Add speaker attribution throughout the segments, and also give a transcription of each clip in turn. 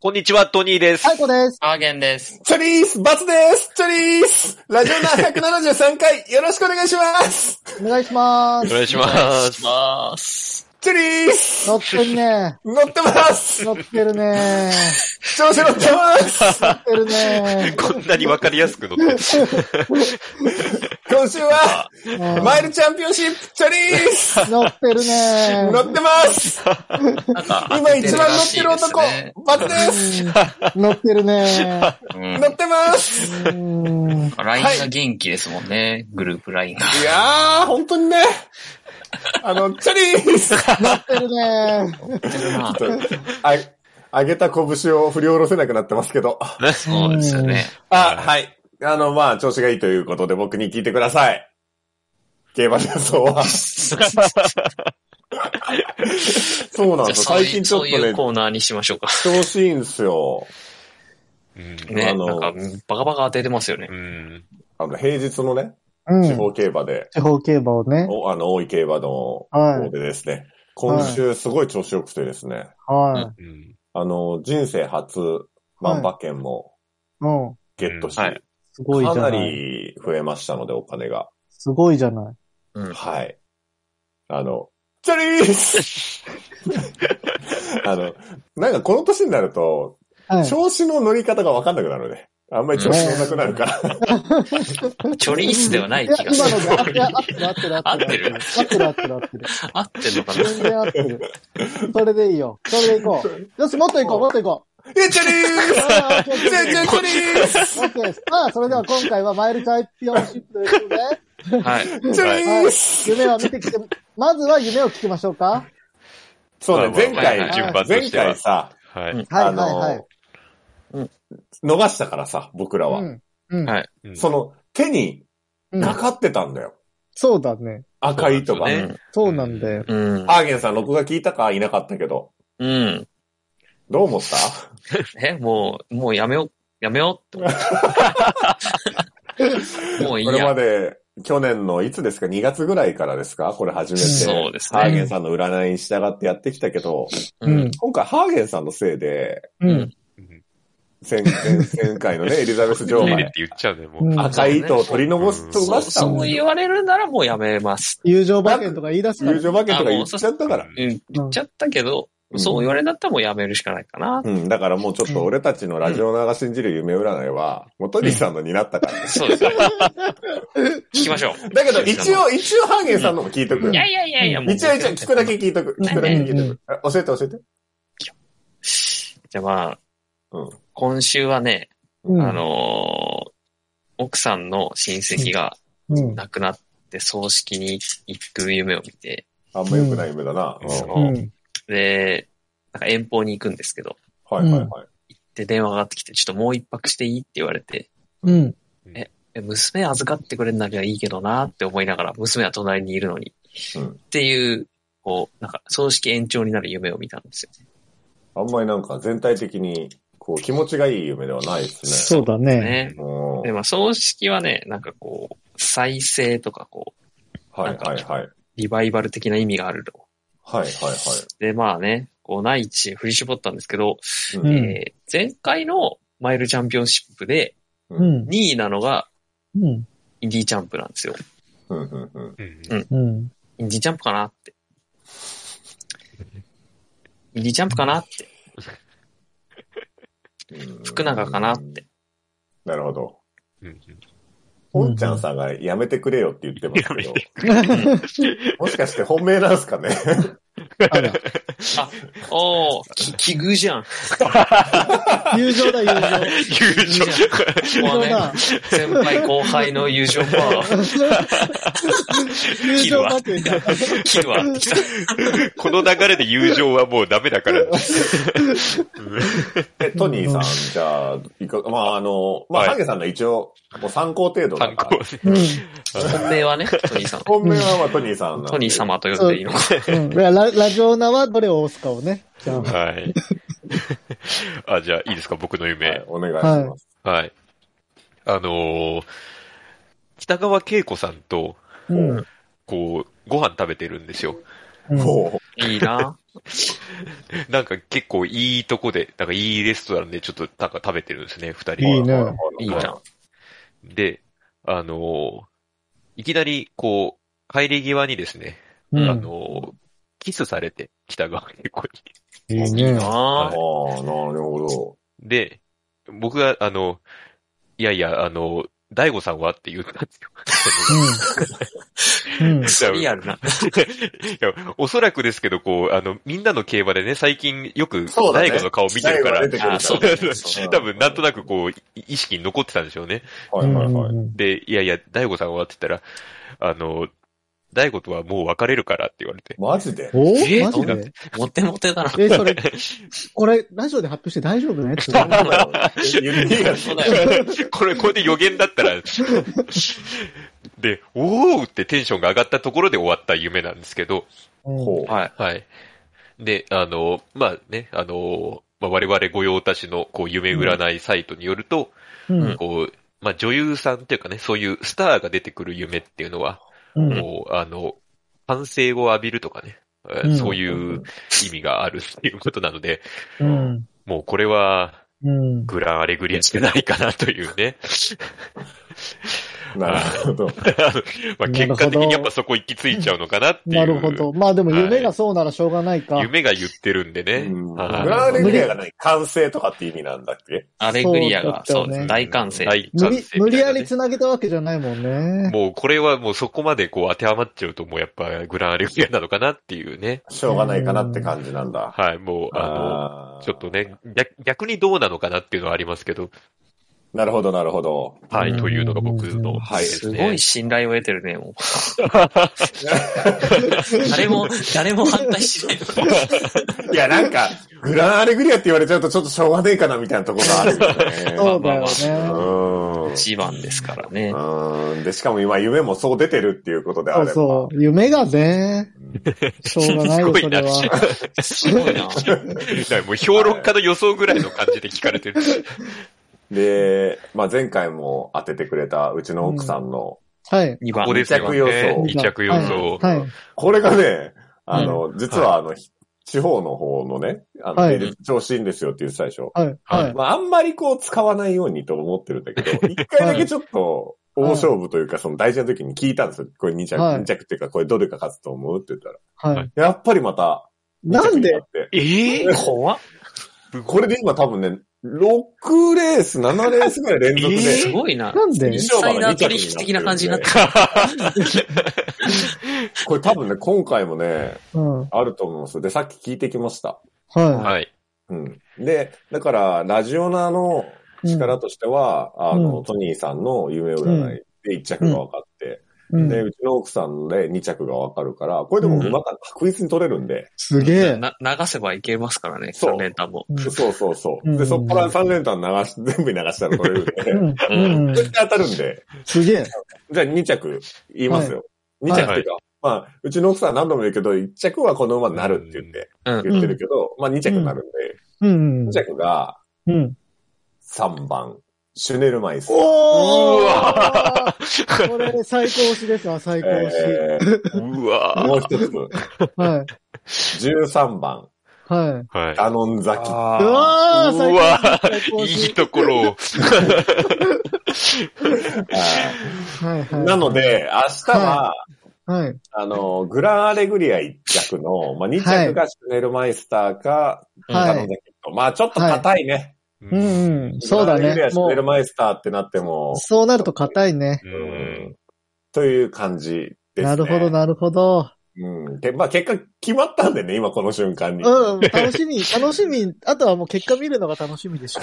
Speaker 1: こんにちは、トニーです。
Speaker 2: 最高です。
Speaker 3: アーゲンです。
Speaker 4: チョリースバツですチョリースラジオナ173回、よろしくお願いします
Speaker 2: お願いしま
Speaker 1: お
Speaker 2: す。
Speaker 1: 願いし
Speaker 3: お願
Speaker 1: ま
Speaker 3: いし
Speaker 1: す。
Speaker 3: ます。
Speaker 4: チョリース
Speaker 2: 乗ってるね。
Speaker 4: 乗ってます
Speaker 2: 乗ってるね。
Speaker 4: 調子乗ってます
Speaker 2: 乗ってるね。
Speaker 1: こんなにわかりやすく乗って。
Speaker 4: 今週は、
Speaker 2: うん
Speaker 4: マイルチャンピオンシップチョリース
Speaker 2: 乗ってるね。
Speaker 4: 乗ってます
Speaker 3: なんか
Speaker 4: 今一番乗ってる男、バツです
Speaker 2: うん乗ってるね。
Speaker 3: うん
Speaker 4: 乗ってます
Speaker 2: うん
Speaker 3: ラインが元気ですもんね。グループラインが。
Speaker 4: いやー、本当にね。あの、チョリース
Speaker 2: 乗ってるね。
Speaker 4: あ、上げた拳を振り下ろせなくなってますけど。
Speaker 3: そうですよね。
Speaker 4: あ、はい。あの、まあ、調子がいいということで僕に聞いてください。競馬予想は。そうなんですよ。
Speaker 3: そう
Speaker 4: 最
Speaker 3: い
Speaker 4: 近
Speaker 3: う
Speaker 4: ちょっ
Speaker 3: そう
Speaker 4: と
Speaker 3: いう
Speaker 4: ね、
Speaker 3: コーナーにしましょうか。
Speaker 4: 調子いいんですよ。
Speaker 1: うん
Speaker 3: ね、
Speaker 4: あ
Speaker 3: な
Speaker 4: の
Speaker 3: んか、バカバカ当ててますよね
Speaker 1: う。ん。
Speaker 4: あの、平日のね、
Speaker 2: う
Speaker 4: 地
Speaker 2: ん。
Speaker 4: 方競馬で、
Speaker 2: 地方競馬をね。
Speaker 4: おあの、大井競馬の
Speaker 2: はい
Speaker 4: 方でですね、今週すごい調子良くてですね、
Speaker 2: は
Speaker 1: うん
Speaker 4: あの、人生初万馬券も
Speaker 2: い。うん。
Speaker 4: ゲットし
Speaker 1: うんは
Speaker 4: て
Speaker 1: い、
Speaker 2: すごいじゃ
Speaker 4: かな
Speaker 2: ない。
Speaker 4: り増えましたので、お金が。
Speaker 2: すごいじゃない。
Speaker 3: うん
Speaker 4: はい。あの、チャリースあの、なんかこの年になると、
Speaker 2: はい。
Speaker 4: 調子の乗り方がわかんなくなるね。あんまり調子乗んなくなるから。
Speaker 3: チョリースではない
Speaker 2: いや、
Speaker 3: 気が
Speaker 2: 今の
Speaker 3: する。
Speaker 2: で、いや、合ってる合ってる合ってる。合ってる合ってる合ってる。
Speaker 3: 合ってんのかな
Speaker 2: 全然合ってる。それでいいよ。それで行こう。よし、もっと行こう、もっと行こう。
Speaker 4: え、チャリース
Speaker 2: あーオッケーオッ ケー
Speaker 4: チャリースチャリース
Speaker 2: オッケーです。さあ、それでは今回はマイルチャンピオンシップということで、
Speaker 3: はい。
Speaker 4: チャリ
Speaker 2: は
Speaker 4: ー
Speaker 2: い
Speaker 4: ス、
Speaker 2: 夢を見てきて、まずは夢を聞きましょうか。
Speaker 4: そうね、前
Speaker 1: まあま
Speaker 4: 回
Speaker 1: あ、順番と
Speaker 4: 前
Speaker 1: しては
Speaker 4: 回。さ、
Speaker 1: は
Speaker 3: うん
Speaker 1: い。
Speaker 2: はい、は
Speaker 4: あ
Speaker 2: い、はい
Speaker 4: の。、逃したからさ、僕ら
Speaker 2: う
Speaker 4: は。
Speaker 2: ん。うん
Speaker 3: はい
Speaker 4: その、手に
Speaker 2: うん
Speaker 4: かかってたんだよ。
Speaker 2: そうだね。
Speaker 4: 赤い糸が。
Speaker 1: ね
Speaker 2: そうなんだよ。
Speaker 3: うん。
Speaker 4: アーゲンさん、録画聞いたかいなかったけど。
Speaker 3: うん。
Speaker 4: どう思った
Speaker 3: え、もう、もうやめよう、やめようって 思った。もういい
Speaker 4: これま
Speaker 3: や。
Speaker 4: で、去年のいつですか ?2 月ぐらいからですかこれ初めて。
Speaker 3: そうですね
Speaker 4: ハーゲンさんの占いに従ってやってきたけど、
Speaker 3: う
Speaker 2: うん
Speaker 3: ん。
Speaker 4: 今回ハーゲンさんのせいで、
Speaker 2: うん。
Speaker 1: うん
Speaker 4: 前前前回のね、エリザベス女王
Speaker 1: トイレって
Speaker 4: が
Speaker 1: 言っちゃうね、も
Speaker 2: う
Speaker 1: う。
Speaker 2: ん
Speaker 4: 赤い糸を取り残し
Speaker 1: そう
Speaker 4: ま
Speaker 3: そう、
Speaker 4: したも
Speaker 3: そ
Speaker 4: ん
Speaker 3: う
Speaker 4: ね。
Speaker 3: 言われるならもうやめます。
Speaker 2: 友情馬券とか言い出すから
Speaker 4: 友。情馬券とか言っちゃったから。
Speaker 3: うん。言っちゃったけど、
Speaker 4: うん
Speaker 3: そう言われるんだったらもうやめるしかないかな。
Speaker 4: うん、だからもうちょっと俺たちのラジオナが信じる夢占いは、もうトニーさんのになったから。
Speaker 3: そうですね。聞きましょう。
Speaker 4: だけど一応、一応ハーゲンさんのも聞いとく。
Speaker 3: いやいやいやいや、もう
Speaker 4: 一応一応聞くだけ聞いとく。聞くだけ聞いとく。あ教えて教えて。
Speaker 3: じゃあまあ、
Speaker 4: うん
Speaker 3: 今週はね、
Speaker 2: うん
Speaker 3: あ、のー奥さんの親戚が
Speaker 2: うん。
Speaker 3: 亡くなって葬式に行く夢を見て、
Speaker 4: あんま良くない夢だな。
Speaker 1: うん
Speaker 4: うん
Speaker 3: そうの、
Speaker 2: ん。
Speaker 3: で、なんか遠方に行くんですけど、
Speaker 4: はいはいはい。
Speaker 3: で、電話がかかってきて、ちょっともう一泊していいって言われて、
Speaker 2: うん。
Speaker 3: え娘預かってくれるなりゃいいけどなって思いながら、娘は隣にいるのに、
Speaker 4: うん
Speaker 3: っていう、こう、なんか、葬式延長になる夢を見たんですよ。
Speaker 4: あんまりなんか全体的に、こう気持ちがいい夢ではないですね。
Speaker 2: そうだね。
Speaker 3: ね。
Speaker 4: うん
Speaker 3: で、まあ、葬式はね、なんかこう、再生とかこう、
Speaker 4: はいはいはい。
Speaker 3: リバイバル的な意味があると。
Speaker 4: はいはいはい。
Speaker 3: で、まあね、こう、内地へ振り絞ったんですけど、
Speaker 4: う
Speaker 2: うん
Speaker 4: ん
Speaker 3: えー前回のマイルチャンピオンシップで
Speaker 2: う。ん。
Speaker 3: 2位なのが
Speaker 2: うん。
Speaker 3: インディーチャンプなんですよ。
Speaker 4: うんうんうん
Speaker 1: うん
Speaker 2: うん。
Speaker 3: インディーチャンプかなって。インディーチャンプかなって。
Speaker 4: うん
Speaker 3: 福永かなって。
Speaker 4: なるほど。
Speaker 1: うん
Speaker 4: ポンちゃんさんがやめてくれよって言ってますけど
Speaker 1: やめ、
Speaker 4: もしかして本命なんすかね
Speaker 2: あら。
Speaker 3: おー、き、奇遇じゃん。
Speaker 2: 友情だ、友
Speaker 1: 友情。
Speaker 2: 情。
Speaker 3: も
Speaker 2: 友情
Speaker 3: うね、
Speaker 2: だ。
Speaker 3: 先輩後輩の友情パワー
Speaker 2: 友情馬券だ。
Speaker 3: を切るわってきた。
Speaker 1: この流れで友情はもうダメだから。うん
Speaker 4: えトニーさん、じゃあ、いかまああの、まあ、
Speaker 1: はい
Speaker 4: ハゲさんの一応、もう参考程度だ
Speaker 1: 参
Speaker 4: か
Speaker 1: 考
Speaker 4: ら。
Speaker 1: で。
Speaker 2: うん。
Speaker 3: 本命はね、トニーさん。
Speaker 4: 本命はまあトニーさんなんで
Speaker 3: トニー。様と呼んでいいのか。
Speaker 2: うん、ララジオナはどれを押すかをね。じゃあ、
Speaker 1: はい。あ、じゃあいいですか、僕の
Speaker 4: は
Speaker 1: 夢
Speaker 4: い。、お願いします。
Speaker 1: はい。あのー北川景子さんと、
Speaker 2: うん。
Speaker 1: こう、ご飯食べてるんですよ。
Speaker 2: うん
Speaker 4: ほ
Speaker 3: いいな。
Speaker 1: なんか結構いいとこで、なんかいいレストランでちょっとなんか食べてるんですね、二人
Speaker 2: いいね
Speaker 5: ほらほら
Speaker 3: いいじゃん。
Speaker 1: で、あのーいきなりこう、帰り際にですね、
Speaker 2: う
Speaker 1: あ
Speaker 2: ん。
Speaker 1: のーキスされて、北川景子に。
Speaker 2: いいね。
Speaker 3: ああ。
Speaker 5: ああ、なるほど。
Speaker 1: で、僕が、あの、いやいや、あの、大悟さんはって言ったんですよ。
Speaker 2: うん。うん。
Speaker 3: リアルな。
Speaker 1: いや、おそらくですけど、こう、あの、みんなの競馬でね、最近よく、
Speaker 5: そうだね
Speaker 1: 大悟の顔見てるから、
Speaker 5: 大悟が出てくるから
Speaker 3: あそうだね
Speaker 5: そ う
Speaker 1: 多分、なんとなくこう、い意識に残ってたんでしょうね。
Speaker 5: はいはいはい。
Speaker 1: で、いやいや、大悟さんはって言ったら、あの、大悟とはもう別れるからって言われ て。
Speaker 5: マ ジで
Speaker 2: お
Speaker 3: え
Speaker 2: マジ
Speaker 1: どう
Speaker 2: で
Speaker 3: モテモテだな。
Speaker 2: え、それ、 これ、ラジオで発表して大丈夫ねって。
Speaker 3: そうだよ。
Speaker 1: これ、これで予言だったら、で、おーってテンションが上がったところで終わった夢なんですけど、
Speaker 5: ほう。
Speaker 3: はい。
Speaker 1: はい。で、あの、まあね、あの、まあ、我々御用達の、こう、夢占いサイトによると、
Speaker 2: うん。
Speaker 1: こう、まあ、女優さんっていうかね、そういうスターが出てくる夢っていうのは、
Speaker 2: うん。うん。
Speaker 1: もう、あの、歓声を浴びるとかね、えー
Speaker 2: うん
Speaker 1: そういう意味があるっていうことなので、
Speaker 2: うん。
Speaker 1: もうこれは、
Speaker 2: うん。
Speaker 1: グランアレグリアじゃないかなという ね。
Speaker 5: なるほど。
Speaker 1: まあ、結果的にやっぱそこ行き着いちゃうのかなっていう。
Speaker 2: なるほど。まあでも夢がそうならしょうがないか。
Speaker 1: 夢が言ってるんでね。
Speaker 5: うんグ
Speaker 1: はい
Speaker 5: ラーレグリアがない完成とかって意味なんだっけ
Speaker 3: アレグリアが、
Speaker 2: そだったよ
Speaker 3: そうう
Speaker 2: ね
Speaker 3: です。大歓声。
Speaker 1: 大
Speaker 2: 無
Speaker 1: 歓声み、たいな
Speaker 2: 理
Speaker 1: ね
Speaker 2: 無理やり繋げたわけじゃないもんね。
Speaker 1: もうこれはもうそこまでこう当てはまっちゃうともうやっぱグランアレグリアなのかなっていうね。
Speaker 5: しょうがないかなって感じなんだ。
Speaker 1: はい、もうあ
Speaker 5: あ
Speaker 1: の、
Speaker 5: ー
Speaker 1: ちょっと。ね、逆逆にどうなのかなっていうのはありますけど、
Speaker 5: なるほど、なるほど。
Speaker 1: は
Speaker 2: う
Speaker 1: い、
Speaker 2: ん
Speaker 1: というのが僕の、はい、です
Speaker 3: す
Speaker 1: ね。
Speaker 3: ごい信頼を得てるね、もう。誰も、誰も反対しない。
Speaker 5: いや、なんか、グランアレグリアって言われちゃうとちょっとしょうがねえかなみたいなところがあるよね。
Speaker 2: そうだよ
Speaker 5: う
Speaker 2: ね。
Speaker 5: ん
Speaker 3: 一番ですからね。
Speaker 5: うん。で、しかも今夢もそう出てるっていうことで
Speaker 2: そ
Speaker 5: あれ
Speaker 2: う
Speaker 5: ば。
Speaker 2: そう。夢がね、しょうがない
Speaker 1: す
Speaker 2: よ、
Speaker 1: ごい
Speaker 2: それ
Speaker 1: な。
Speaker 2: は。
Speaker 3: すごいな。
Speaker 1: だからもう評論家の予想ぐらいの感じで聞かれ てる。
Speaker 5: で、まあ、前回も当ててくれたうちの奥さんの、
Speaker 2: はい。
Speaker 3: 2
Speaker 1: ここ
Speaker 3: 番。
Speaker 1: ですよね。
Speaker 5: 二
Speaker 1: 二着予想。
Speaker 2: はい。はい
Speaker 5: これがね、あの、実はあの、地方の方のね、あの、
Speaker 2: はい
Speaker 5: 調子いいんですよって言ってたでしょ。
Speaker 2: はい。はい。
Speaker 5: まあ、あんまりこう使わないようにと思ってるんだけ ど、一回だけちょっと、大勝負というか、その大事な時に聞いたんですよ。これ2着、
Speaker 2: はい
Speaker 5: 二着っていうか、これどれか勝つと思うって言ったら。
Speaker 2: はい。
Speaker 5: やっぱりまた、二
Speaker 2: な
Speaker 5: 着
Speaker 2: ん
Speaker 5: に
Speaker 2: で
Speaker 5: なって
Speaker 1: ええ
Speaker 3: 怖っ。
Speaker 5: これで今多分ね、6レース、7レースぐらい連 続
Speaker 1: え
Speaker 5: で
Speaker 1: ー
Speaker 3: す、ごいな。
Speaker 2: なんで
Speaker 3: インサイダー取引的な感じになってる。
Speaker 5: これ多分ね、今回もね、
Speaker 2: うん。
Speaker 5: あると思うんですよ。で、さっき聞いてきました。
Speaker 2: は
Speaker 1: はい。
Speaker 5: うん。で、だから、ラジオナの
Speaker 2: い。
Speaker 5: 力としては、あの、
Speaker 2: うん
Speaker 5: トニーさんの夢占いで1着が分かって、
Speaker 2: うんうん
Speaker 5: で、うちの奥さんで2着が分かるから、これでもうまく確実に取れるんで、
Speaker 2: すげえ。
Speaker 3: な 流せばいけますからね、
Speaker 5: そう
Speaker 3: 3連単も。
Speaker 2: うん
Speaker 5: そうそうそう。
Speaker 2: う
Speaker 5: で、
Speaker 2: ん
Speaker 5: そこから3連単流し、全部に流したら取れるんで、
Speaker 2: うん。うん。
Speaker 5: 絶対当たるんで、
Speaker 2: すげえ。
Speaker 5: じゃあ2着言いますよ。
Speaker 2: はい
Speaker 5: 2着っていうか、まあ、うちの奥さんは何度も言うけど、1着はこの馬になるって言って、
Speaker 3: うん
Speaker 5: 言ってるけど、まあ2着になるん
Speaker 2: うん。う
Speaker 5: で、2
Speaker 2: ん
Speaker 5: 着が
Speaker 2: うん。
Speaker 5: 3番、シュネルマイス。
Speaker 2: お
Speaker 1: う
Speaker 2: ーこれ、最高推しですわ、最高推し。
Speaker 5: えー
Speaker 1: う
Speaker 5: もう
Speaker 1: わ
Speaker 5: 一つ、
Speaker 2: はい。
Speaker 5: 13番、
Speaker 2: はい。
Speaker 1: ーはい。
Speaker 5: ダノンザキ。
Speaker 2: う
Speaker 3: あ
Speaker 2: わー、
Speaker 1: うわー
Speaker 2: 最高推
Speaker 1: いい
Speaker 2: し。
Speaker 1: ところを。
Speaker 2: はいはい。
Speaker 5: なので、明日は、
Speaker 2: はい。
Speaker 5: あの、グランアレグリア1着の、まあ、2着がシュネルマイスターか、ダノ
Speaker 2: は
Speaker 5: ン
Speaker 2: い。
Speaker 5: ザキと。まあ、ちょっと硬いね。
Speaker 1: う。
Speaker 2: うんんうん。そうだ
Speaker 5: グランアレグリ
Speaker 2: ね
Speaker 5: ア、。シュ
Speaker 2: も
Speaker 5: ネル
Speaker 2: う、
Speaker 5: マイスターってなっても、
Speaker 2: そうなると硬いね。
Speaker 1: うん
Speaker 5: という感じです、ね。
Speaker 2: なるほど、。なるほど。
Speaker 5: うん。で、まあ、結果決まったんでね、今この瞬間に。うん。
Speaker 2: うん、楽しみ、楽しみ。あとはもう結果見るのが楽しみでしょ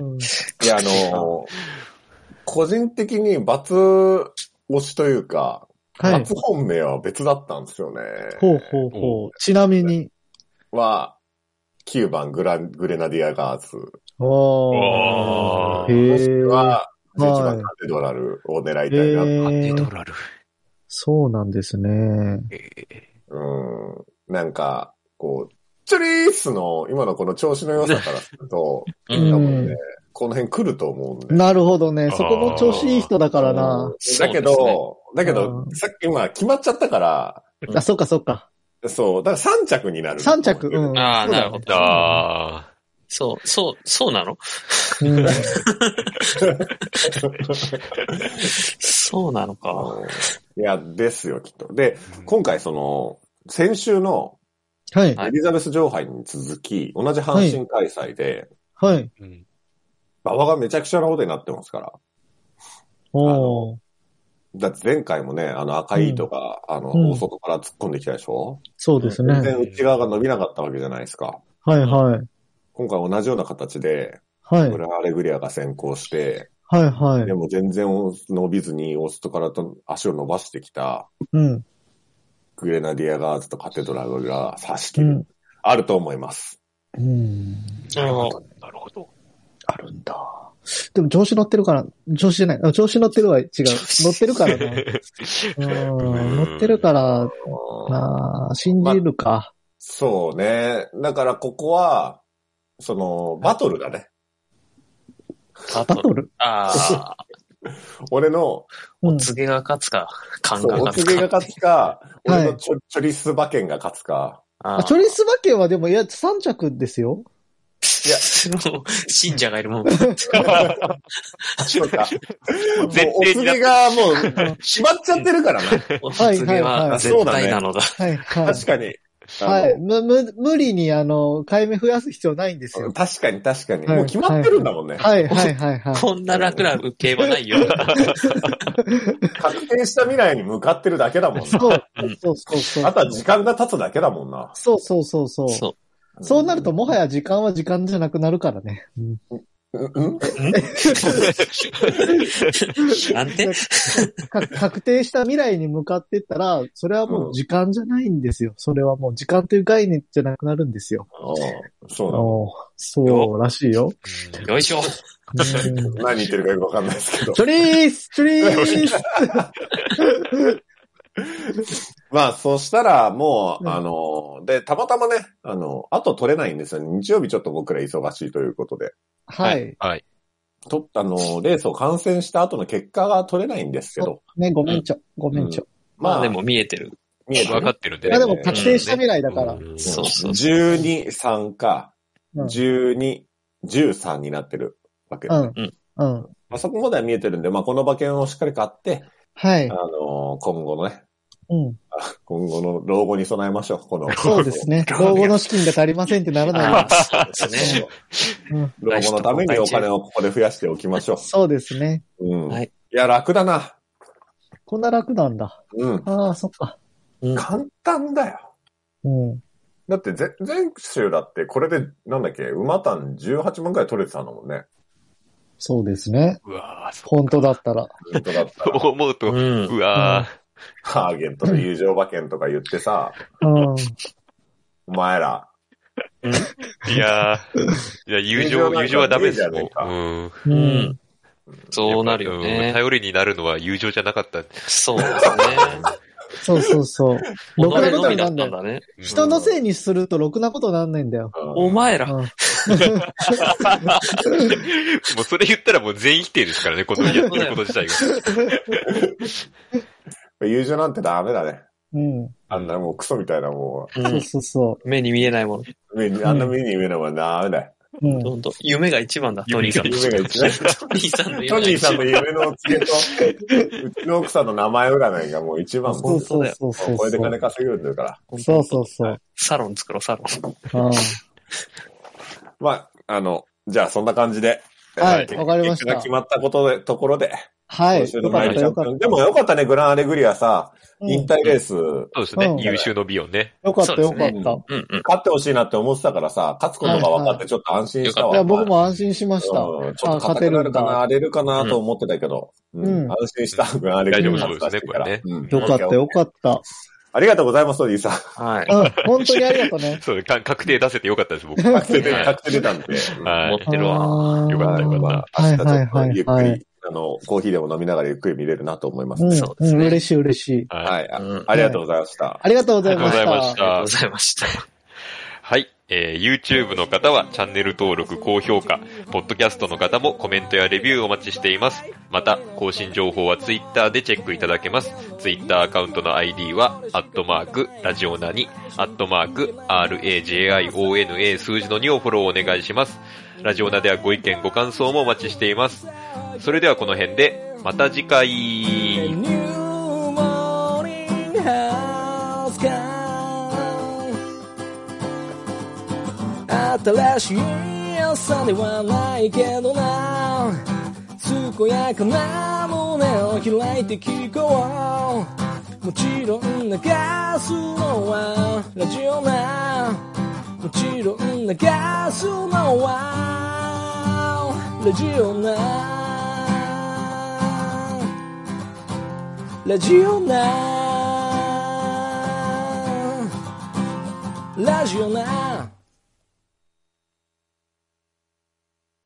Speaker 2: う。うん。
Speaker 5: いや、あの、個人的に罰推しというか、
Speaker 2: はい。
Speaker 5: 初本命は別だったんですよね。
Speaker 2: ほうほうほう。ちなみに。
Speaker 5: は、9番グラン、グレナディアガーズ
Speaker 2: お
Speaker 1: お
Speaker 2: ー。
Speaker 1: ー
Speaker 2: へー。
Speaker 5: は、11番
Speaker 2: は
Speaker 5: カ
Speaker 2: い
Speaker 5: テドラルを狙いたいな。
Speaker 1: テ
Speaker 2: え
Speaker 1: ド
Speaker 2: ー、
Speaker 1: ラル。
Speaker 2: そうなんですね。
Speaker 5: うん。なんか、こう、チョリースの今のこの調子の良さからす ると、
Speaker 3: う
Speaker 5: 多
Speaker 3: ん
Speaker 5: 分ね、この辺来ると思うんで。
Speaker 2: なるほどね。そこも調子いい人だから
Speaker 5: う。
Speaker 2: なん
Speaker 5: だけど、だけど
Speaker 2: う、
Speaker 5: さっき今決まっちゃったから、
Speaker 3: うん
Speaker 2: あ、そっかそっか。
Speaker 5: そう、だから3着になる。
Speaker 2: 三着、うん。
Speaker 3: ああ
Speaker 2: そうだね
Speaker 3: なるほど
Speaker 1: あ
Speaker 3: そう、そう、そうなの
Speaker 2: うん
Speaker 3: そうなのか。
Speaker 5: いや、ですよ、きっと。で、今回その、先週の
Speaker 2: はい、
Speaker 3: は
Speaker 5: エ
Speaker 3: い
Speaker 5: リザベス上杯に続き、同じ阪神開催で、
Speaker 2: はい。
Speaker 1: ーうん
Speaker 5: 馬場がめちゃくちゃなことになってますから。
Speaker 2: おー
Speaker 5: だって前回もね、あの赤い糸が、あの、
Speaker 2: うん
Speaker 5: 大外から突っ込んできたでしょ、
Speaker 2: そうですね。
Speaker 5: 全然内側が伸びなかったわけじゃないですか。
Speaker 2: はい、はい。
Speaker 5: 今回同じような形で、
Speaker 2: はい
Speaker 5: ブ、ラアレグリアが先行して、
Speaker 2: はい、はい
Speaker 5: で。も全然伸びずに、大外からと足を伸ばしてきた、
Speaker 2: うん、
Speaker 5: グレナディアガーズとカテドラルが差し切
Speaker 2: う
Speaker 5: る、
Speaker 2: ん。
Speaker 5: あると思います。
Speaker 2: うん。
Speaker 3: なるほど。
Speaker 1: なるほど。
Speaker 2: あるんだ。でも、調子乗ってるから、調子じゃない。あ調子乗ってるは違う。乗ってるから ね。うん。乗ってるから、なあ、信じるか。
Speaker 5: そうね。だからここは、その、バトルだね。
Speaker 3: バ
Speaker 2: バ
Speaker 3: ト
Speaker 2: ト
Speaker 3: ル。
Speaker 2: ル
Speaker 3: ああ、
Speaker 5: 俺の、
Speaker 2: う
Speaker 3: お
Speaker 2: ん。
Speaker 3: 告げが勝つか、感
Speaker 5: そ
Speaker 3: が
Speaker 5: う、お
Speaker 3: 勝つ
Speaker 5: 告げ
Speaker 3: か。
Speaker 5: が勝つか、
Speaker 2: はい
Speaker 5: 俺のちょ、ちょりす馬券が勝つか。
Speaker 3: あ
Speaker 2: あ、チョリス馬券はでも、いや、3着ですよ。
Speaker 3: いや、そう 信者がいるもん。
Speaker 5: そうか。
Speaker 1: 前
Speaker 5: もうお
Speaker 1: 提
Speaker 5: 告
Speaker 1: になっ
Speaker 5: げがもう、決まっちゃってるからな。
Speaker 3: お
Speaker 2: はい
Speaker 3: 告
Speaker 2: はい
Speaker 3: げ
Speaker 2: は
Speaker 3: はい絶対なのだ。
Speaker 2: はい、はい。
Speaker 5: 確かに。
Speaker 2: はい。
Speaker 5: あ
Speaker 2: む、む、無理に、あの、買い目増やす必要ないんです
Speaker 5: の
Speaker 2: よ。
Speaker 5: 確かに確かに。
Speaker 2: はい
Speaker 5: もう決まってるんだもんね。
Speaker 2: はい、はい、はい、はい。
Speaker 3: こんな楽な競馬ないよ。
Speaker 5: 確定した未来に向かってるだけだもんな。
Speaker 2: そう、そう、そう、そう。
Speaker 5: あとは時間が経つだけだもん な。
Speaker 2: そう、そう、そう、そう。
Speaker 3: そう。
Speaker 2: そうなると、もはや時間は時間じゃなくなるからね。
Speaker 5: うん。うん
Speaker 3: なんて
Speaker 2: か確定した未来に向かってったら、それはもう時間じゃないんですよ。それはもう時間という概念じゃなくなるんですよ。
Speaker 5: そうだ。
Speaker 2: おーそうらしいよ。
Speaker 3: よいしょ。
Speaker 2: うんチ
Speaker 5: 何言ってるかよくわかんないですけど。
Speaker 2: ョリースチョリース
Speaker 5: まあ、そうしたら、も
Speaker 2: うん
Speaker 5: う、あの、で、たまたまね、あの、あと取れないんですよ。日曜日ちょっと僕ら忙しいということで。
Speaker 2: はい。
Speaker 1: はい。
Speaker 5: とあの、レースを観戦した後の結果が取れないんですけど。
Speaker 2: ね、ごめんちょ。ごめんちょ。
Speaker 3: まあで、も見えてる。
Speaker 5: 見えて
Speaker 1: わ
Speaker 5: る
Speaker 1: かってるんで
Speaker 2: まあでも確定した未来だから。
Speaker 1: うん
Speaker 3: そうそうそう。
Speaker 5: 12、3か、
Speaker 2: うん
Speaker 5: 12、13になってるわけで
Speaker 2: う
Speaker 5: す。
Speaker 2: ん。うん。
Speaker 5: まあ、そこまでは見えてるんで、まあ、この馬券をしっかり買って、
Speaker 2: はい
Speaker 5: あ。のー今後のね、
Speaker 2: うん。
Speaker 5: 今後の老後に備えましょう。この、
Speaker 2: そうですね。老後の資金が足りませんってならないよ
Speaker 3: ああ、そうですね。
Speaker 5: 老後のためにお金をここで増やしておきましょ
Speaker 2: う。そうですね。
Speaker 5: う。うん。
Speaker 3: はいい、
Speaker 5: や、楽だな。
Speaker 2: こんな楽なんだ。
Speaker 5: うん。
Speaker 2: ああ、そっか。
Speaker 3: うん
Speaker 5: 簡単だよ。
Speaker 2: うん。
Speaker 5: だってぜ、前週だって、これで、なんだっけ、馬単18万くらい取れてたのもんね。
Speaker 2: そうですね。
Speaker 1: うわぁ、そ
Speaker 2: 本当だったら。
Speaker 5: 本当だった ら
Speaker 1: う思うと、
Speaker 3: うん
Speaker 1: うわぁ。
Speaker 5: ターゲットの友情馬券とか言ってさ、
Speaker 2: うん。
Speaker 5: お前ら、
Speaker 1: いやー、いや、友
Speaker 5: 友情なん
Speaker 1: 情、友
Speaker 5: か
Speaker 1: 情はダメですよ。
Speaker 5: ねえじゃ
Speaker 1: う
Speaker 5: ね
Speaker 1: ん。
Speaker 2: う。
Speaker 3: うんん。そうなるよ
Speaker 1: うん
Speaker 3: ね。
Speaker 1: 頼りになるのは友情じゃなかった。
Speaker 3: そうですね。
Speaker 2: そうそうそう。ろくな
Speaker 3: 己
Speaker 2: こ
Speaker 3: の
Speaker 2: とに
Speaker 3: みだ
Speaker 2: な
Speaker 3: っ
Speaker 2: んな
Speaker 3: たん
Speaker 2: い。
Speaker 3: だね。
Speaker 2: 人のせいにするとろくなことなんないんだよ。
Speaker 3: お前ら。
Speaker 2: うん
Speaker 1: もうそれ言ったらもう全否定ですからね、このやってること自体が。
Speaker 5: 友情なんてダメだね。
Speaker 2: うん。
Speaker 5: あんなもうクソみたいなも
Speaker 2: そ
Speaker 3: う
Speaker 2: うんそうそ
Speaker 3: 目に見えないもの。
Speaker 5: う、目にあんな目に見えないもんダメだよ。
Speaker 2: う。うん。
Speaker 3: ほんと夢が一番だ、トニーさんの。
Speaker 5: 夢が 一番
Speaker 3: トニーさんの夢
Speaker 5: ト
Speaker 3: が
Speaker 5: ニー
Speaker 3: 一
Speaker 5: さん
Speaker 3: 番
Speaker 5: の夢のお告げと、 うちの奥さんの名前占いがもう一番も
Speaker 2: そう
Speaker 5: う、
Speaker 2: そうそうそう。
Speaker 5: これで金稼げるんだから。
Speaker 2: そうそうそう。
Speaker 3: サロン作ろう、サロン。
Speaker 2: うん
Speaker 5: まあ、あの、じゃあそんな感じで。
Speaker 2: はい
Speaker 5: えー
Speaker 2: わかりました
Speaker 5: 結果が決まったことで、ところで。
Speaker 2: はい。
Speaker 5: 今週の
Speaker 2: よか
Speaker 5: マイ
Speaker 2: っ
Speaker 5: ル
Speaker 2: た
Speaker 5: チャ
Speaker 2: よ
Speaker 5: ン
Speaker 2: かっ
Speaker 5: ピオンでもよかったね、グランアレグリアさ、
Speaker 2: た。うん
Speaker 5: 引退レース、
Speaker 1: そうですね、
Speaker 2: うん
Speaker 1: 優秀のビヨンね。
Speaker 2: よかったよ
Speaker 3: そう
Speaker 2: かっ
Speaker 3: です
Speaker 2: た。
Speaker 3: うんうん。
Speaker 5: 勝ってほしいなって思ってたからさ、勝つことが分かってちょっと安心したわ。
Speaker 2: いや、僕も安心しました。
Speaker 5: うんちょ
Speaker 2: あ
Speaker 5: っと勝てるかな、荒れるかなと思ってたけど、うん
Speaker 2: うん
Speaker 5: 安心した。グランアレグリア勝つらしいから。
Speaker 1: 大丈
Speaker 5: うん
Speaker 2: よかったよかった。
Speaker 5: ありがとうございます、トニーさん。
Speaker 3: はい。
Speaker 2: うん、本当にありがとうね。
Speaker 1: そう、か確定出せてよかったです、 僕。
Speaker 5: 確定で、
Speaker 1: はい
Speaker 5: 確定出たんで。
Speaker 1: は
Speaker 3: 持
Speaker 1: い
Speaker 3: っ。てるわ。
Speaker 2: あー
Speaker 1: よかったよかった
Speaker 5: 明日ちょっと
Speaker 2: はいはいはいはい
Speaker 5: ゆっくり、あの、コーヒーでも飲みながらゆっくり見れるなと思います。
Speaker 2: うん、
Speaker 3: そうですね
Speaker 2: うん嬉しい嬉しい。
Speaker 1: は。
Speaker 5: はいい、あ
Speaker 3: うん
Speaker 5: ありがとうございました。
Speaker 2: ありがとうございま
Speaker 1: あり
Speaker 2: し
Speaker 1: がとうございま
Speaker 2: た
Speaker 1: し。
Speaker 3: ありがとうございました。
Speaker 1: はい。えー YouTube の方はチャンネル登録、高評価、ポッドキャストの方もコメントやレビューお待ちしています。また、更新情報はツイッターでチェックいただけます。ツイッターアカウントの ID は、アットマーク、ラジオナに、アットマーク、RAJIONA 数字の2をフォローお願いします。ラジオナではご意見、ご感想もお待ちしています。それではこの辺で、また次回。
Speaker 4: ニューモーニングハウスから新しい朝ではないけどな健やかな胸を開いて聞こうもちろん流すのはラジオなもちろん流すのはラジオなラジオなラジオな